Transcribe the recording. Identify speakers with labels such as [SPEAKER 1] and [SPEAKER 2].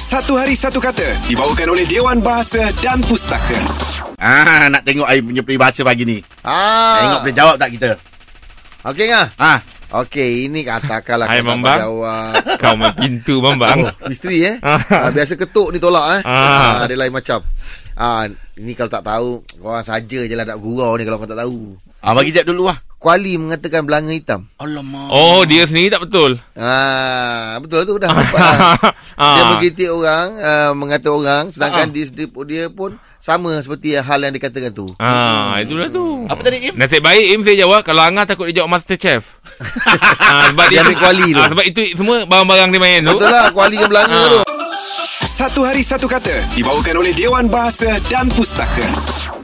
[SPEAKER 1] Satu Hari Satu Kata dibawakan oleh Dewan Bahasa dan Pustaka.
[SPEAKER 2] Ah, nak tengok I punya peribahasa pagi ni. Tengok
[SPEAKER 3] Ah.
[SPEAKER 2] boleh jawab tak kita?
[SPEAKER 3] Okey ngah.
[SPEAKER 2] Ah,
[SPEAKER 3] Okey, ini katakanlah
[SPEAKER 4] Hai,
[SPEAKER 3] kau tak
[SPEAKER 4] Bambang.
[SPEAKER 3] jawab.
[SPEAKER 4] Kau main
[SPEAKER 3] Oh,
[SPEAKER 4] pintu bambang.
[SPEAKER 3] misteri eh.
[SPEAKER 4] Ah.
[SPEAKER 3] ah, biasa ketuk ni tolak eh. Ah.
[SPEAKER 4] Ah.
[SPEAKER 3] dia lain macam. Ah, ini kalau tak tahu, korang saja je lah nak gurau ni kalau kau tak tahu.
[SPEAKER 2] ah bagi jawab dulu lah.
[SPEAKER 3] Kuali mengatakan belanga hitam.
[SPEAKER 2] Alamak.
[SPEAKER 4] Oh, dia sendiri tak betul.
[SPEAKER 3] Ah, betul tu dah dapat lah.
[SPEAKER 4] Ah.
[SPEAKER 3] Dia mengkritik orang, uh, mengata orang sedangkan dia, dia, dia pun sama seperti hal yang dikatakan tu.
[SPEAKER 4] Ah, itulah tu.
[SPEAKER 2] Apa tadi, Im?
[SPEAKER 4] Nasib baik Im saya jawab kalau Angah takut dia jawab MasterChef. ah, sebab
[SPEAKER 3] Dia ambil kuali tu.
[SPEAKER 4] Ah, sebab itu semua barang-barang dia main tu.
[SPEAKER 3] Betul lah kuali yang belanga tu.
[SPEAKER 1] Satu Hari Satu Kata dibawakan oleh Dewan Bahasa dan Pustaka.